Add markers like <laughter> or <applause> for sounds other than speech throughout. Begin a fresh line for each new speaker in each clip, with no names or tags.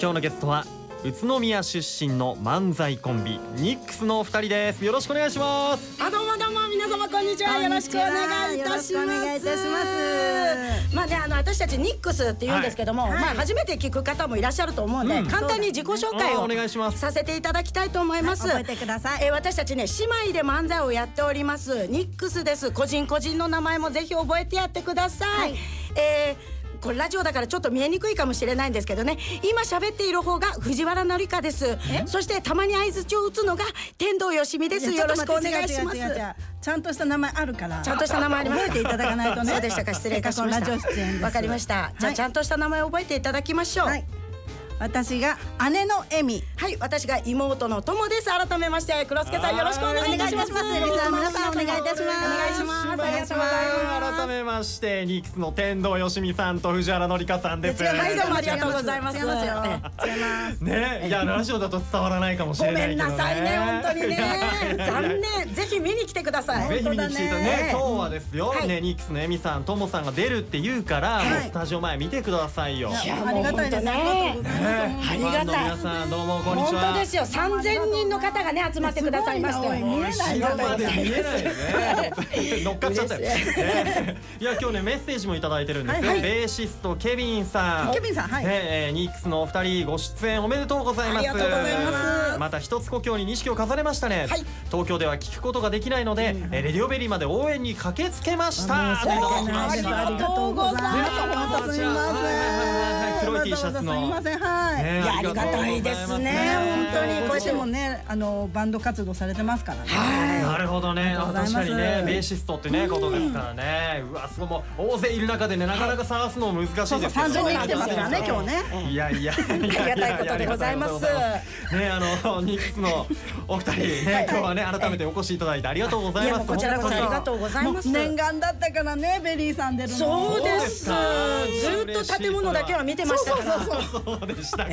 今日のゲストは宇都宮出身の漫才コンビニックスのお二人ですよろしくお願いします
あどうもどうも皆様こんにちは
こん
よろ
に
し
ち
くお
は
願いいたします
よろしくお願いいたします
まあねあの私たちニックスって言うんですけども、
はいはい
まあ初めて聞く方もいらっしゃると思うんで、
うん
簡単に自己紹介
あーお願いしま
を
す
させていただきたいと思います、
はい覚えてください
えー私たちね姉妹で漫才をやっておりますニックスです個人個人の名前もぜひ覚えてやってください、
はい
えーこれラジオだからちょっと見えにくいかもしれないんですけどね今喋っている方が藤原紀香ですそしてたまに相槌を打つのが天童よしみです
い
よ
やちょ
ろ
っ
し
と
くお
待って
願いしま
違う違う違う違
す
うちゃんとした名前あるから
ちゃんとした名前あります
覚えていただかないとね
そうでしたか失礼いたしました
ラジオ出演です
わかりましたじゃあ、
はい
ちゃんとした名前を覚えていただきましょうは
はいい、私が姉のエミ
私が妹の友です改めまして黒助さんよろしくお願いいたします
はいお願いいたします皆さんお願いいたします
お願いしますありがとうございます
改めましてニックスの天童よしみさんと藤原紀香さんです
違うはいどうもあり
ね
がとうございます
違いますよ違います
いやラジオだと伝わらないかもし
ご
れな
め
いけ
ん
どね
なさいね本当に
いや
ね
いやいや
残念ぜひ見に来てください
<laughs> ぜひ見に来ていただいてね
本当だね
今日はですよ、
はい
ねニックスのエミさんともさんが出るって言うから、
い
もうスタジオ前見てくださいよ
いや
ありがたいです
もう本当ね
ね
ありがた
ファ
い
ンの皆さんどうもこんに
本
ちは
当ですよ3000人の方がね集まってくださいまして
すごいなおい見えない
後ろまで見えないね乗っかっちゃったよ、ね、いや今日ねメッセージもいただいてるんですよ、
はいはい
ベーシストケビンさん
ケビンさんはい
ねえーニックスのお二人ご出演おめでとうございます
ありがとうございます
また一つ故郷に錦を飾れましたね、
はい
東京では聞くことができないので、えーレディオベリーまで応援に駆けつけました
あ
といただきま
あ
し
り
た
がとうございます
ねえ
本当
はいはいはいはい黒
すみません。
い T シャツの
すみません、はい。
ね
いやありがたいですね本当に
こ
こ
う
う
や
や
っ
ってて
も
も
ね、あのバンド活動されてますからね。
はい
なるほどね
ありがとうございます
確かにねベーシストってねことですからねうわすごいもう大勢いる中でねなかなか探すのも難しいです
そう
け
そう、
ど
三十
30人
人来てますからね、今日ね。
いやいやあり
ありがたいことでございます
ねあのニックスのお二人ね今日はね改めてお越しいただいてありがとうございます
いやもうこちらこそありがとうございます
もう念願だったからね、ベリーさん出るの。
そうですず
そうですか
ーっと建物だけは見てました
そう
か
そう
ら
そう。
そうでしたか、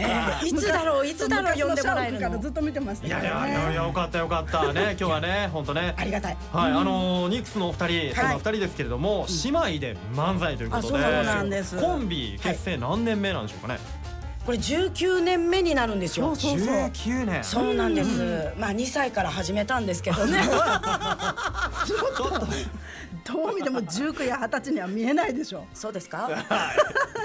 いつだろういつだろう呼んでもらえる
昔の社屋から
の
ずっと見てました
い
か
や
ら
い
ね。
やいやよかったよかったね今日はね本当ね
ありがたい
はい、あのーニックスのお二人、そんなお二人ですけれども、姉妹で漫才ということで、
あそう
なんです
コンビ結成何年目なんでしょうかね。
これ19年目になるんですよ
そうそう19年
そうなんです、まあ2歳から始めたんですけどね
ちょっと
どう見ても十九や二十歳には見えないでしょ。
そうですか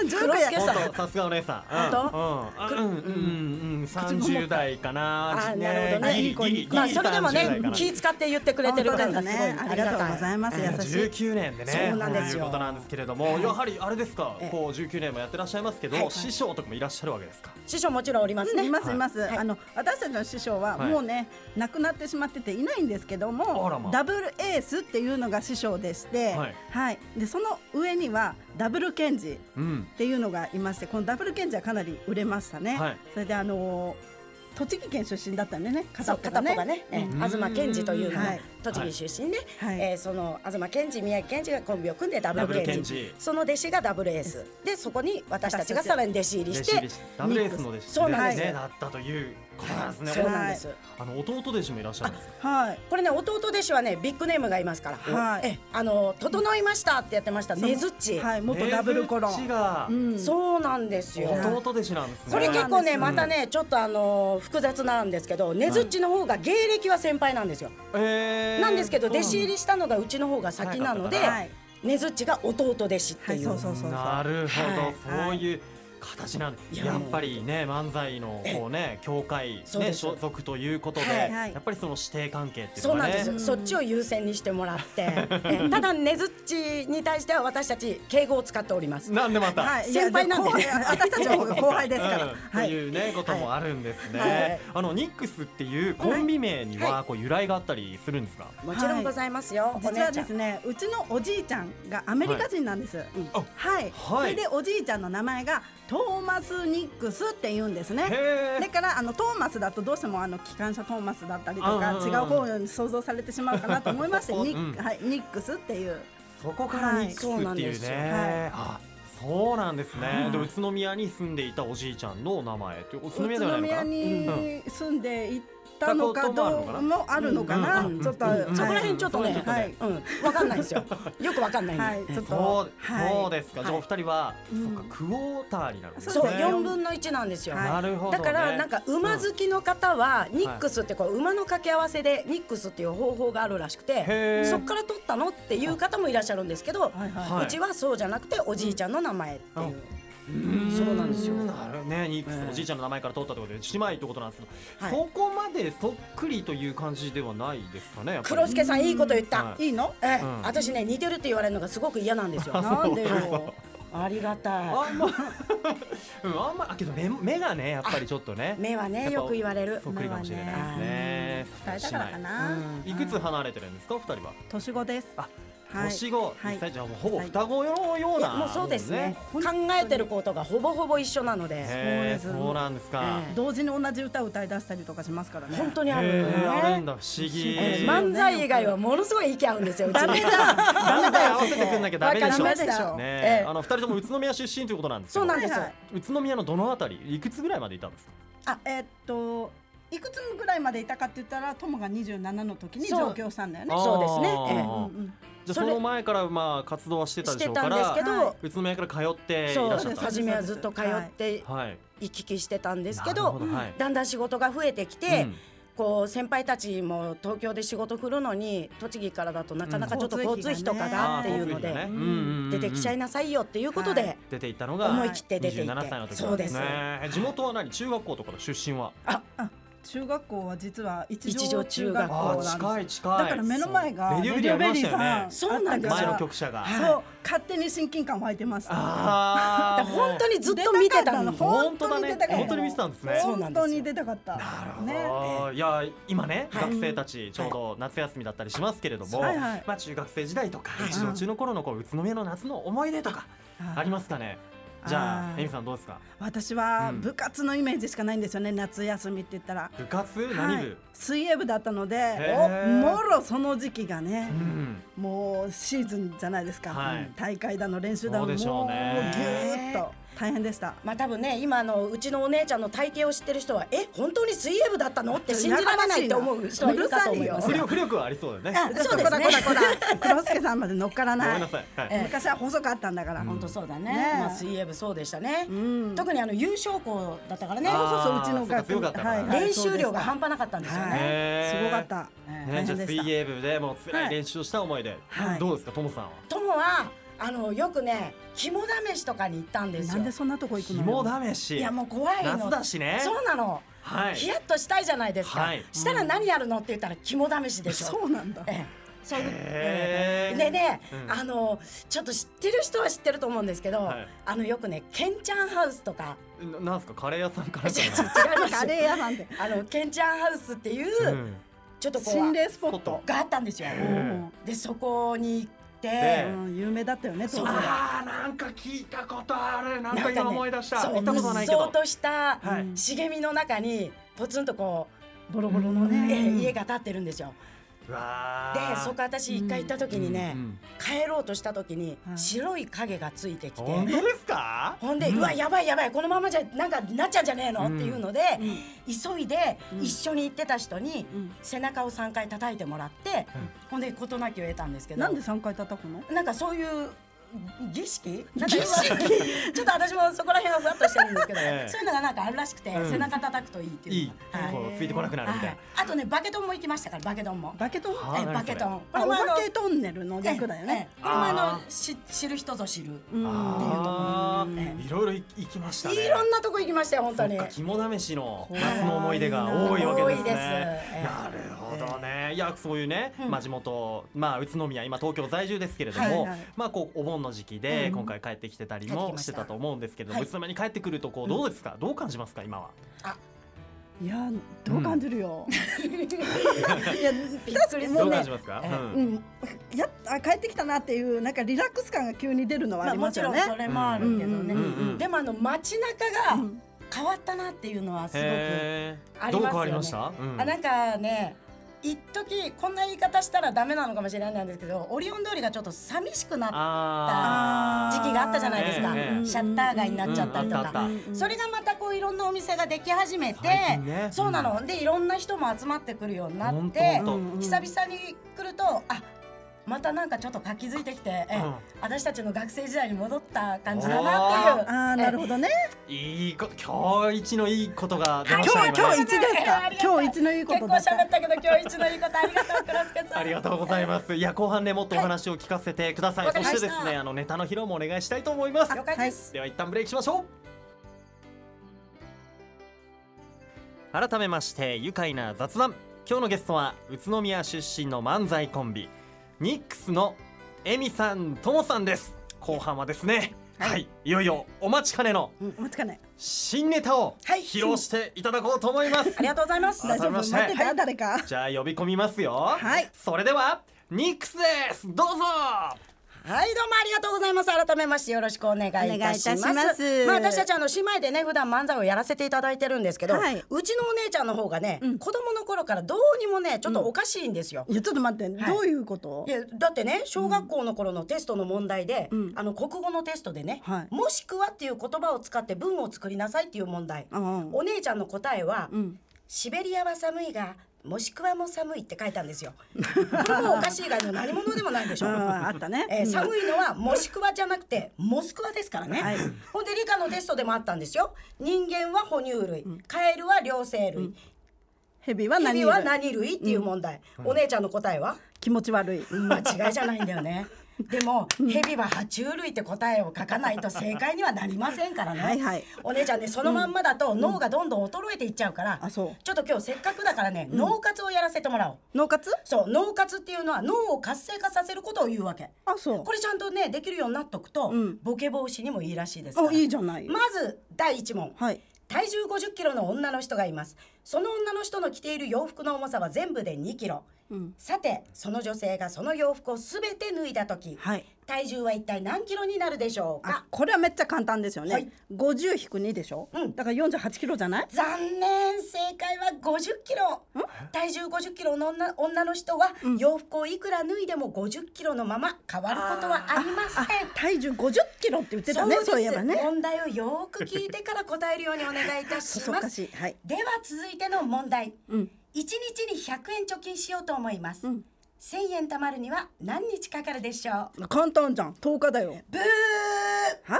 十
黒
九や
助さん
本当さすがお姉さん
本
うんうんうんうんうん三十代かな
あなるほどね
ギリギリギリ
まあそれでもね
30代かな
気使って言ってくれてる感がすごい
本当ですねありがとうございます
ありがた
優しい
19年でね
そうなんですよ
こいうことなんですけれどもやはりあれですか
ええ
こう19年もやってらっしゃいますけ
はい
ど
はい
師匠とかもいらっしゃるわけですか
師匠もちろんおりますね
いますいます、
はい
あの私たちの師匠は
はい
もうね、亡くなってしまってていないんですけど
あ
も、
らま
ダブルエースっていうのが師匠でして、
は
はいいでその上にはダブルケンジ
うん
っていうのがいましてこのダブルケンジはかなり売れましたね、
はい
それであのー栃木県出身だったんでね
そ
片
う
っぽ
片
が
っぽ
ね
がね、ええ
うん
東健二というのが、
はい
栃木出身で、
はい
えーその東健二宮城健二がコンビを組んでダブル
ダブ
健
ル健
二
二
その弟子がダブルエースでそこに私たちがさらに弟子入り
弟
し
子入
て
りしダブルエースの弟
そうなん
子
です
ねだったということなんです
そう
ね
なんです、
あの弟弟子もいらっしゃるんですか
はい
これね弟弟子はねビッグネームがいますから、
はい
ええあの整いましたってやってましたねずっち、
はい元ダブルコロ
ね
ン
ずっちが
うん
そうなんですよ
はい
弟弟子なんですね
これ結構ね
そうな
ま
んです
たねちょっとあの複雑なんですけどねずっちの方が芸歴は先輩なんですよ
えー
なんですけど
そう
弟
な
子
んだ
入りしたのがうちの方が先なので
はい
はい
ねずっちが弟弟子っていう
はいそうそうそう
なるほど、
はい
そういう形なんで
い
や
や
っぱりね漫才のこうね協会
そう
ね
です
所属ということで、
はい
はい
やっぱりその師弟関係っていう
そう
の
な
が
ん
ね
です、そっちを優先にしてもらってえただねずっちに対しては私たち敬語を使っております
なんでまた、
はい、
先輩なんでね
いや後輩私たちの方が後輩ですか
<laughs>
ら、
うん
は
と
い
いうねこともあるんですね、
はい
あのニックスっていうコンビ名に
は
はこう由来があったりするんですか、
もちろんございますよ、お姉
実
ちゃ
はで
ん
すねうちのおじいちゃんがアメリカ人なんです、はい
あはい
それでおじいちゃんの名前がトーマス・ニックスって言うんですね
へ
だ
え
からあのトーマスだとどうしてもあの機関車トーマスだったりとか
うんうんうん
違う方に想像されてしまうかなと
<laughs>
思いましてニッ,、
うん
はい、ニックスっていう
そこからニックスっていうね、
はいそうなんですよは
あ
い
そうなんですね、で宇都宮に住んでいたおじいちゃんのお名前って宇都
宇
宮では
都
ないのかな
宮に住んでいったのかどうもあるのかな、
うん
ちょっと、
うん
そこら辺ちょっとね
はい、
うん、わかんないですよ。よくわかんないんで。
はい、
え
ちょっ
そ
と
う、そうですか、じゃあお二人は、
うん
そっかクォーターになるんですね
そう、四分の一なんですよ。
はい
なるほど、ね、
だからなんか馬好きの方はニックスってこう馬の掛け合わせでニックスっていう方法があるらしく
へ
て
ー
そっから取ったのっていう方もいらっしゃるんですけど
はいは
はいう
ちはそうじゃなくておじいちゃんの名前っていううんうんそうなんですよ
なるねニックス
ええ
おじいちゃんの名前から取ったってことで姉妹ってことなんですけど、
はい
そこまでそっくりという感じではないですかねやっぱり
黒助さんいいこと言っ
は
た
い
いいの
ええ
うん
私ね似てるって言われるのがすごく嫌なんですよ
なんでよ
ありがたい
あんま <laughs> うんあんまあけど目目がねやっぱりちょっとね
目はね
やっぱ
よく言われる
そっくりかもしれないですね
伝えたからかな、
うん
姉妹いくつ離れてるんですかお二人は、
年子です
あ
はい
年後、
はい
実際じゃあもうほぼ双子のよう
い
な
やもうそうですね
も
考えてることがほぼほぼ一緒なの
うね
で
へえ
そうです
そうなんですか、
え
同時に同じ歌を歌い出したりとかしますからね
本当にある
へえあるん
ね
だ不思議、
ええ
ー
漫才以外はものすごい息合うんですようち
ダメだ
ダメだよ合わせてくんなきゃダメでしょ
わ
ね
かりました
え
ええ
あの二人とも宇都宮出身ということなんですけ
そ
ど
うなんです
はいはい
宇都宮のどのあたりいくつぐらいまでいたんですか
えっといくつぐらいまでいたかって言ったらトモが27の時に上京したんだよね
あー
そうですねええ
うんうん
じゃあ
そ
そ
れ
の前からまあ活動はしてた
し
でしてょう
た
か
んです
ら
けど、
は
宇都宮から通ってい
そ
ら
う
っしゃったんです
初めはずっと通って
はい
行き来してたんですけ
なる
ど
ほどはい
だんだん仕事が増えてきて、
うん
こう先輩たちも東京で仕事来るのに栃木からだとなかなかちょっと
うん
交通費とか
あ
がっていうの
ー交通
で、
費がね
うん
うんうんうん
出てきちゃいなさいよっていうことで、
はい
出ていったのが
思い切って出ていって
27歳の時
そうです
ね地元は何中学校とかの出身は
中学校は実は一
一
条
条
中
中
学
学
校
校
あ
な
ー
んです
近い近い
だから目の前が
レディオベリーありましたよね
そう
そうなんですよ
前の局舎が
はい
そう勝手に親近感湧いてます
あ
だから
ー
本当にずっと見てたの
出かっ
本当だ
本当に
ね
出たかった
本当に見てたんですね
そう
本当に出たかった
なるほどいや今ね、
はい
学生たちちょうど夏休みだったりしますけれども、
はいはい
まあ中学生時代とか、
はい
一度中の頃のこう宇都宮の夏の思い出とかありますかね。じゃ
あ
あ
ー
エミさんどうですか。
私は
うん
部活のイメージしかないんですよね夏休みって言ったら
部活何
は
部？
い水泳部だったので
へー
もろその時期がね
うん。
もうシーズンじゃないですか、
はい
うん大会だの練習だの
そうでしょうね
もうぎゅーっと大変でした
まあ多分ね今あのうちのお姉ちゃんの体型を知ってる人はえ本当に水泳部だったのって信じられないって思う人いるかと思いま
浮
す
うる
力浮力はありそうだよね。
あそうですね
こらこらこら黒助さんまで乗っから
ごめ
なんい
なさい。はい。
ええ
昔は細かったんだから、
本当そうだね
ねえ
まあ水泳部そうでしたね、
ん
特にあの優勝校だったからね
あ
そうそう
そ
うちの
うか
学
強かったから
はい
ー
はい
練習量が半
そう
端なかったんで
ですし
よ
た
ね、
はい
へー
すごかった、
ね、
大
じゃ
変
あ
でした
水泳部でもう辛い練習をした思い出、
はい
どうですかともさんは。
友はあのよくね肝試しとかに行ったんです
な
よ
んでそんなとこ行くのよ
紐試し。
いやもう怖いの
夏だしね
そうなの、
はい。
ヒヤッとしたいじゃないですか、
はい
したら何やるのって言ったら肝試しでしょ
そうなんだ
ええそういう
へー
でね、
うん
あのちょっと知ってる人は知ってると思うんですけど、
はい
あのよくねケンちゃんハウスとか
ななんですかカレー屋さんか
違
らかな。
う違 <laughs> う違います
カレー屋なんで
あのケンちゃんハウスっていう、
うん
ちょっとこ
心
う
霊スポット、
があったんですよ
へ
でそこに行って、
え
うん、有名だったよね当時は
あーなんか聞いたことあるなん
な
か
ん
今
かね
思い出した、
そう
行ったことはないけ
うっそう
ど
とした
はい
茂みの中にポツンとこ
ボロボロ
う、
の
え
ね、
ー家が建ってるんですよ。
うわ
で
ー
そこ私一回行った時にね、
うんうん
帰ろうとした時に
はい
白い影がついてきて、
本当ですか
ほんで、うわやばいやばいこのままじゃなんかなっちゃうんじゃねえの、
うん
っていうので、急いで
うん
一緒に行ってた人に
うん
背中を3回叩いてもらって、
うん
ほんで事なきを得たんですけど
なんで三回叩くの
なんかそういう儀式なんか儀式 <laughs> ちょっと私もそこら辺はふわっとしてるんですけど、
ええ
そういうのがなんかあるらしくて、
うん
背中叩くといいって
い
いう
い
のがはい
こうついてこなくなるみたい
はい、あとねバケトンも行きましたからバケトンも
バケトン
はあ
え
何
バケトン
あお
も
化
の
けトンネルの
ええ
略だよね
ええこれもあ
あ
のし知る人ぞ知る
うん
な、
っていうのも
あーいろいろい行きましたね
いろんなとこ行きましたよ本当に
そっか肝試しの夏の思い出が多いわけですね。
多いですええ
なるほどね。いやそういうね、まあ地元まあ宇都宮今東京在住ですけれども、
はいはい
まあこうお盆の時期で
うん
今回帰ってきてたり
帰ってき
も
ま
し
してた
たと思うんですけれども、
はい
宇都宮に帰ってくるとこうどうですか、どう感じますか今は。
いやーどう感じるよ、いや
びっくりする
ど
も
う
う
感
ね
じますか。
ええ
うん
うん、やっあ帰ってきたなっていうなんかリラックス感が急に出るのは
まあ、
ありま
も
す
ち
よ
ろん
ね。
それもあるけどね、
うんうんうんうん
でもあの街中が
うん
変わったなっていうのはすごく
へー
あり
ど
ますよね
う変わりました？うん
あなんかね一時こんな言い方したらダメなのかもしれないんですけどオリオン通りがちょっと寂しくなっ
あ
た
ー
時期があったじゃないですか、
ええええ
シャッター街になっちゃったりと
うんあった
か、
あ
ったうん
それがまたこういろんなお店ができ始めて、
最近ね
そうなの、でいろんな人も集まってくるようにな
ほん
っ
とほ
て
ん
う
と
んうん
久々に来るとあまたなんかちょっと活気づいてきて、ええ
うん
私たちの学生時代に戻った感じだなっていう。
ああなるほどね。
いいこ今日一のいいことが出まし
今
た
日
ね
今日一です
あ
か
り。がとう
今日一のいいこ
結
と
構
だった。
喋ったけど今日一のいいことありがとう黒助さん
ありがとうございますいや後半でもっとお話を聞かせてください、
わか
そ
り
し
ま
て
した
ですねあのネタの披露もお願いしたいと思います
了解です、
では一旦ブレイクしましょう改めまして愉快な雑談今日のゲストは宇都宮出身の漫才コンビニックスのエミさんともさんです後半はですねはい、い、よいよお待ちかねの
うん待つかない。
新ネタを
はい
披露していただこうと思い
<laughs>
ます、
ありがとうございます
改
大丈夫
めまして
待ってた誰か。
じゃあ呼び込みますよ
はい
それではニックスですどうぞ
はいどうもありがとうございます改めましてよろしくお願いいたします
お願いいたします
あ私たちあの姉妹でね普段漫才をやらせていただいてるんですけど、
はいう
ちのお姉ちゃんの方がね、子供の頃からどうにもねちょっとおかしいんですよ、
いやちょっと待って、
はい
どういうこと
いやだってね小学校の頃のテストの問題で、
うん
あの国語のテストでね、
はい
もしくはっていう言葉を使って文を作りなさいっていう問題、
うんうん
お姉ちゃんの答えは、
ん
シベリアは寒いがもしくはも寒いって書いたん
<laughs>
ですよ。これもおかしい以外の何者でもないでし
う
ょ
ん。あったね、
えー
うん
寒いのはもしくはじゃなくてモスクワですからね、
はい
ほんで理科のテストでもあったんですよ人間は哺乳類、カエルは両生類、
ヘビは
ヘ
何
ビ
よ
は何類っていう問題、お姉ちゃんの答えは
気持ち悪い
<laughs> 間違いじゃないんだよねでもヘビは爬虫類って答えを書かないと正解にはなりませんからね
はいはい
お姉ちゃんねそのまんまだと脳がどんどん衰えていっちゃうから、
あそう
ちょっと今日せっかくだからね、脳活をやらせてもらおう
脳活
そう脳活っていうのは脳を活性化させることを言うわけ
あそう
これちゃんとねできるようになっとくと、
うん
ボケ防止にもいいらしいですから
おいいじゃない
まず第一問、
はい
体重5 0キロの女の人がいますその女の人の着ている洋服の重さは全部で2キロ、
うん
さてその女性がその洋服を全て脱いだ時、
はい
体重は一体何キロになるでしょう
あ
か
これはめっちゃ簡単ですよね、
はい
50引く2でしょ、
うん
だから48キロじゃない
残念正解は5 0キロ体重5 0キロの女女の人は洋服をいくら脱いでも5 0キロのまま変わることはありません
体重50キロって言ってたねそう
です
いえばね
問題をよーく聞いてから答えるようにお願いいたし
<laughs> そそっ
ま
か
す
しはい
では続いての問題、
うん
一日に100円貯金しようと思います、
うん
1000円貯まるには何日かかるでしょう
簡単じゃん10日だよ
ブー
は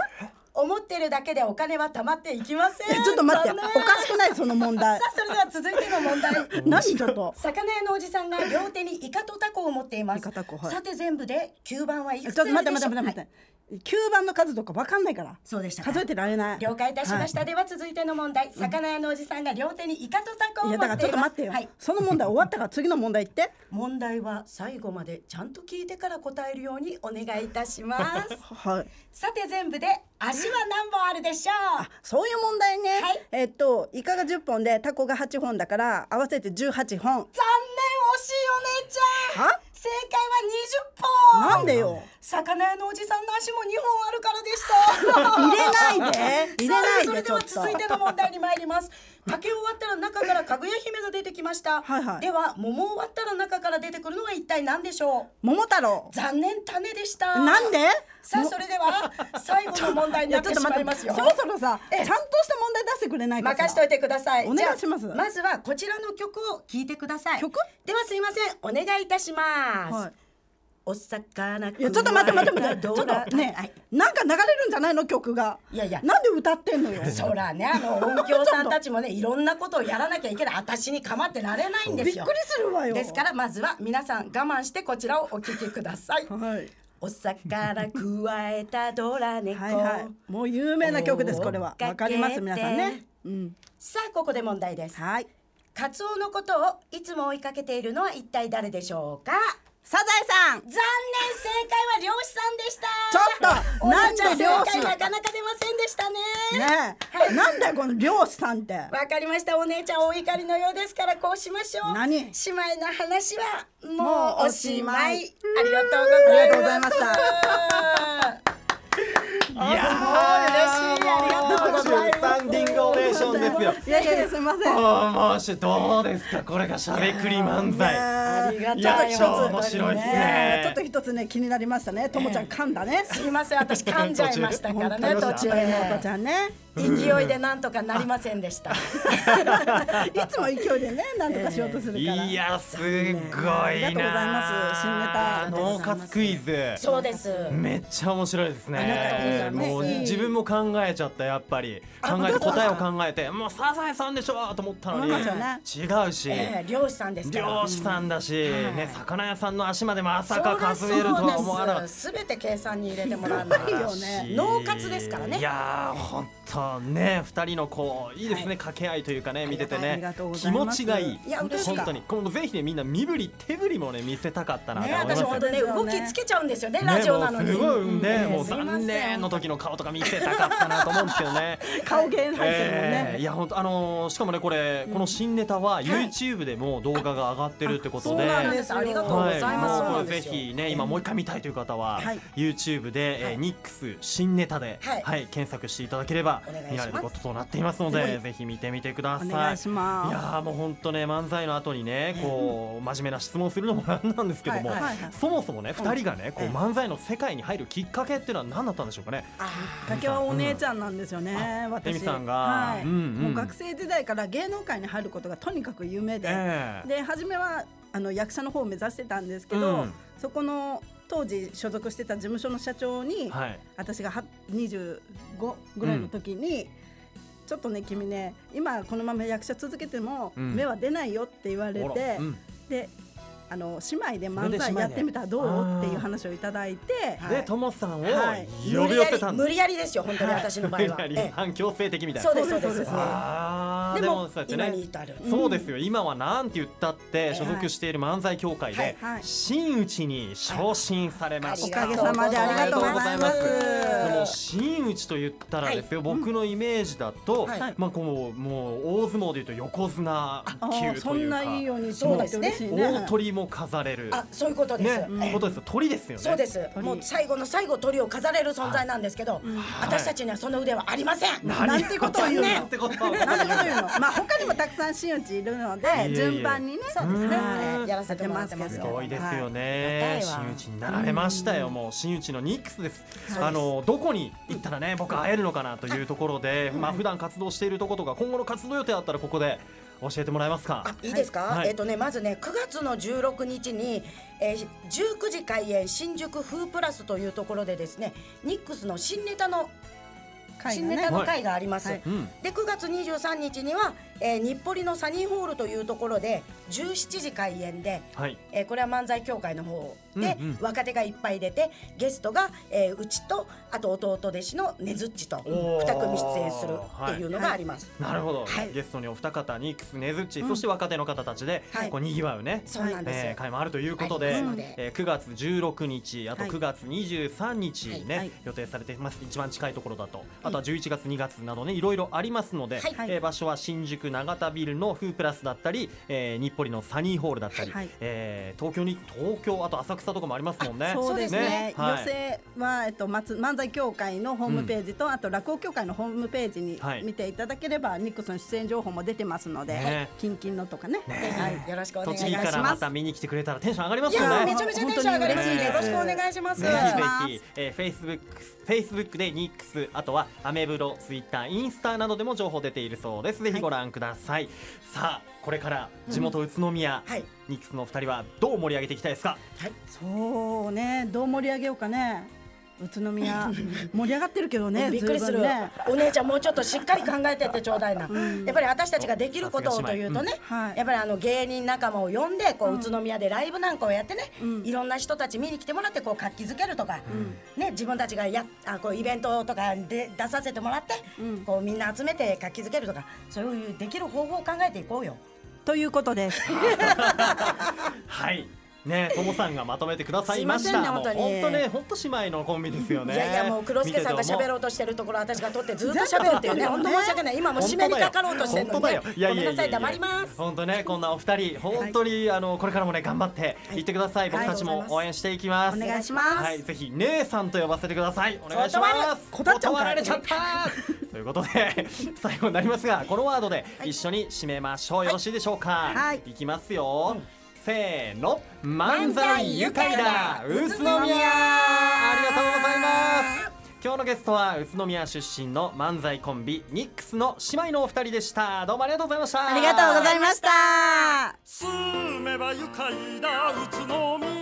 思ってるだけでお金は貯まっていきませ
え
ん
ちょっと待ってお
残念
かしくないその問
<laughs>
題
さあそれでは続いての問題
何ちょっと
魚屋のおじさんが両手にイカとタコを持っています
イカタコはい
さて全部で9番はい
ちょ
く
っ
つでしょ
と
う
待って待って待って待って、九番の数とかわかんないから
そうでしたか
数えてられない
了解いたしました、
は
では続いての問題魚屋のおじさんが両手にイカとタコを
い
持
や
って
だ
い
か
ま
ら
す
ちょっと待ってよ、
はい、
その問題終わったから次の問題行って
問題は最後までちゃんと聞いてから答えるようにお願いいたします
<laughs> はい
さて全部で足は何本あるでしょう
そういう問題ね、
はい
えっとイカが10本でタコが8本だから合わせて18本
残念惜しいお姉ちゃん
は
正解は20本
なんでよ
魚屋のおじさんの足も2本あるからでした
入れないで入れ
<laughs> さあそ
ない
れ
で
で
ちょ
は
っと
続いての問題に参ります竹を割ったら中からかぐや姫が出てきました
はいはい
では桃を割ったら中から出てくるのは一体何でしょう
桃太郎
残念種でした
なんで
さあそれでは最後の問題になってしまいますよ
そろそろさち
え
ゃ
え
んとした問題出してくれないかしら
任しといてください
お願いします
じゃあまずはこちらの曲を聴いてください
曲
ではすいませんお願いいたします、
はい
お魚
いやちょっと待って待って待ってちょ
ド
っ
ラ
と
は
ね
い
なんか流れるんじゃないの曲が
いやいや
なんで歌ってんのよ
そらねあの音響さんたちもねいろんなことをやらなきゃいけない私に構ってられないんで
びっ
す
くり
よ
するわよ
ですからまずは皆さん我慢してこちらをお聴きください
はい
お魚くわえたドラ猫
はいはいもう有名な曲ですこれは
追っ
わ
か
か
け
り
て
ます皆さんねうん
さあここで問題です
はい
カツオのことをいつも追いかけているのは一体誰でしょうか
サザエさん
残念正解は漁師さんでした
ちょっと
お姉ちゃ
なんで漁師
正解なかなか出ませんでしたね
ねえ、なんだよこの漁師さんって。
わかりましたお姉ちゃんお怒りのようですからこうしましょう
何
姉妹の話はも
も
う
う
お
お
し
し
ま
ま
い
い
ありがとうございます
ありがとうございました
た
いや
すごい嬉しいありがとうございます
スタンディングオベーシションですよ
いやいやいやすみません。
あーもうしどうですかこれがしゃべくり漫才
ありが
いや
一つ
超面白いですね
ちょっと一つね気になりましたね。ともちゃん噛んだね。
すいません私噛んじゃいましたからね
途
途
中
中
本当にともち
で
ゃんね。
勢いでなんとかなりませんでした
いつも勢いでね、なんとかしようとするから。
いやすごいな
ありがとうございます新ネタありがとう
脳
ございます
活クイズ
そうです
めっちゃ面白いです
あ
ね
りがとうございます
もう自分も考えちゃったやっぱり考えて答えを考えてもうサザエさんでしょと思ったのに
思います
違うし、
ええ漁師さんですから
漁師さんだし、ね、魚屋さんの足までまさか数えるとは思わなかった
すべて計算に入れてもら
<laughs>
わない
すごいよ
と
ね
脳活ですからね
いやー本当ね二人のこういいですね、掛け合いというかね見てて
あり
ね
がとうござ
気
い
持
ます
ちがいい
いや本当ですか
本当にこのぜひねみんな身振り手振りもね見せたかったなと
ね、
思います
私
よ
本当ね
そうですよ
動
ね
きつけちゃうんですよね
ね
ラジオなのに
もうすごいね、
ん
もう
すいません
残念の時の顔とか見せたかったなと思うんですけどね。
顔芸入ってるもん
えーい
ね。
や本当あのーしかもねこれ、この新ネタは YouTube でも動画が上がってるってことで。
そうなん
は、
ですありがとうございます、そうない
もうんこれ
で
ぜ
すよ
ひね今もう一回見たいという方は、
はい
YouTube で、
は
えー
い
ニックス新ネタで、は
はいい
検索していただければ
お願いします
見られることとなっていますので
はい
ぜひ見てみてください。
お願いします
いやーもう本当ね漫才の後にねこう真面目な質問するのもなんなんですけども、
はい
はいはい
そもそもね二人がねこう
ええ
漫才の世界に入るきっかけっていうのは何だったんでしょうかね。
あ
かけはお姉ちゃんなんですよね。
うん
私。
エミさんが
はい。
うんうん
もう学生時代から芸能界に入ることがとにかく夢で。
ええ
で初めはあの役者の方を目指してたんですけど、
うん
そこの当時所属してた事務所の社長に、
はい。
私がは25ぐらいの時に、ちょっとね君ね今このまま役者続けても
うん
目は出ないよって言われ
ほ
て、
らうん
であの姉妹で
それ
漫
で姉
才
妹で
やってみたらど
あー
うっていう話をいただいて、
はい
でともさんを
はい
呼び寄せたん
無
だ。
理やり無理やりですよ本当に私の場合は、
無理やり
え
反強制的み
え
たいな。
そうですそうです
そうです
あー
で
で
も
もそうやって
今
ね
に至る
そうですよ、今はなんて言ったって
い
所属している漫才協会で
はいはい
真打ちに昇進されま
あ
し
り
お
た。
がとう
かげさまでありがとうございます
ありがとうご
ざいます
でも真打ちと言ったらですよ、僕のイメージだと、
はい
まあこうもう大相撲で言うと横綱
あー
級
そ
とい
ん
うか
ないいように
そうですね
言って嬉しい
大鳥も飾れる
あそういうことです、
ね、
ええ
ことですよ鳥ですよね。
そうです
鳥
もう最後の最後鳥を飾れる存在なんですけど、私たちにはその腕はありません、
<laughs> 何
なんてことを言うの
なんてことを言う
なんてこと言うのまあ他にもたくさん真打ちいるので
いえいえ
順番にね
そうですね
はい
やらせてもらってます
す
よ
ごいですよ
はい
ね。
硬いわ
真打ちになられましたよ。もう真打ちのニックスです。
す
あのどこに行ったらね、僕会えるのかなというところで、まあ普段活動しているところとか今後の活動予定あったらここで教えてもらえます
あ
か。
いいですか、
はい
えっ、とねまずね9月の16日に、えー19時開演新宿風プラスというところでですねニックスの新ネタの、
会が
新
ね
ネタの会があります、
はい
うん。
で9月23日には、えー日暮里のサニーホールというところで17時開演で、
はい。
えーこれは漫才協会の方で、
うんうん
若手がいっぱい出てゲストが、えーうちとあと弟弟子のねずっちと
おー
2組出演するっていうのがあります。
なるほど
は。い
ゲストにお二方ニックスネズッチそして若手の方たちで
はい
こう賑わうね。
そうなんです
え
よ、
ー、会もあるということで
ありますので
えー9月16日あと
はい
9月23日ね、
はい
予定されています一番近いところだとあとは11月2月などねいろいろありますので、
はい
えー場所は新宿永田ビルのフープラスだったり、えー、日暮里のサニーホールだったり、
はい
えー東京に東京あと浅草とかもありますもんね。
そうですね
はい
寄席は、えっと、松漫才協会のホームページと、あと落語協会のホームページに
はい
見ていただければ、ニックスの出演情報も出てますので、
ね
キンキンのとかね
はい、よろしくお願い
栃
し
木
ま
か
す。
らまた見に来てくれたらテンション上がりま
い
すよ
や
ね
ーめち。ゃめちゃテンション上がります
本当に嬉しいです
よろしくお願いします。
ぜ
お願いし
は
ま
ひぜひ、えー、Facebook, Facebook でニックスあとはアメブロツイッターインスタなどでも情報出ているそうですぜひご覧ください、さあこれから地元宇都宮、
い、
ニックスのお二人はどう盛り上げていきたいですか
そうねどう盛り上げようかね宇都宮盛り上がってるけど
<laughs>
ね
びっくりす
随
る、
分ね
お姉ちゃんもうちょっとしっかり考えてってちょうだいな、やっぱり私たちができることをというとね、
うんはい
やっぱりあの芸人仲間を呼んでこう宇都宮でライブなんかをやってね、
うん
いろんな人たち見に来てもらってこう活気づけるとか、ね、自分たちがやあこうイベントとかで出させてもらって、
うん
こうみんな集めて活気づけるとかそういうできる方法を考えていこうよ。
ということです
はいねともさんがまとめてくださいました
すいませんね本当に
もう本当ね本当姉妹のコンビですよね
いやいやもう黒助さんが喋ろ
う
うとしてるところ私が取ってずっと喋るっていうね本当申し訳ない今もう締めにかかろうとしてるのに
本当だ
ね
よ
ごめんなさい黙ります
本当ねこんなお二人本当にあのこれからもね頑張っていってください僕たちも応援していきます
お願いします、
はい、ぜひ姉さんと呼ばせてください。お願いします。
断ら断っちゃう
断
から
られちゃった。ということで <laughs> 最後になりますがこのワードで一緒に締めましょう、よろしいでしょうか
はい
いきますよ、せーの漫才愉快だ宇都宮ありがとうございます今日のゲストは宇都宮出身の漫才コンビニックスの姉妹のお二人でしたどうもありがとうございました
ありがとうございました。
住めば愉快だ宇都宮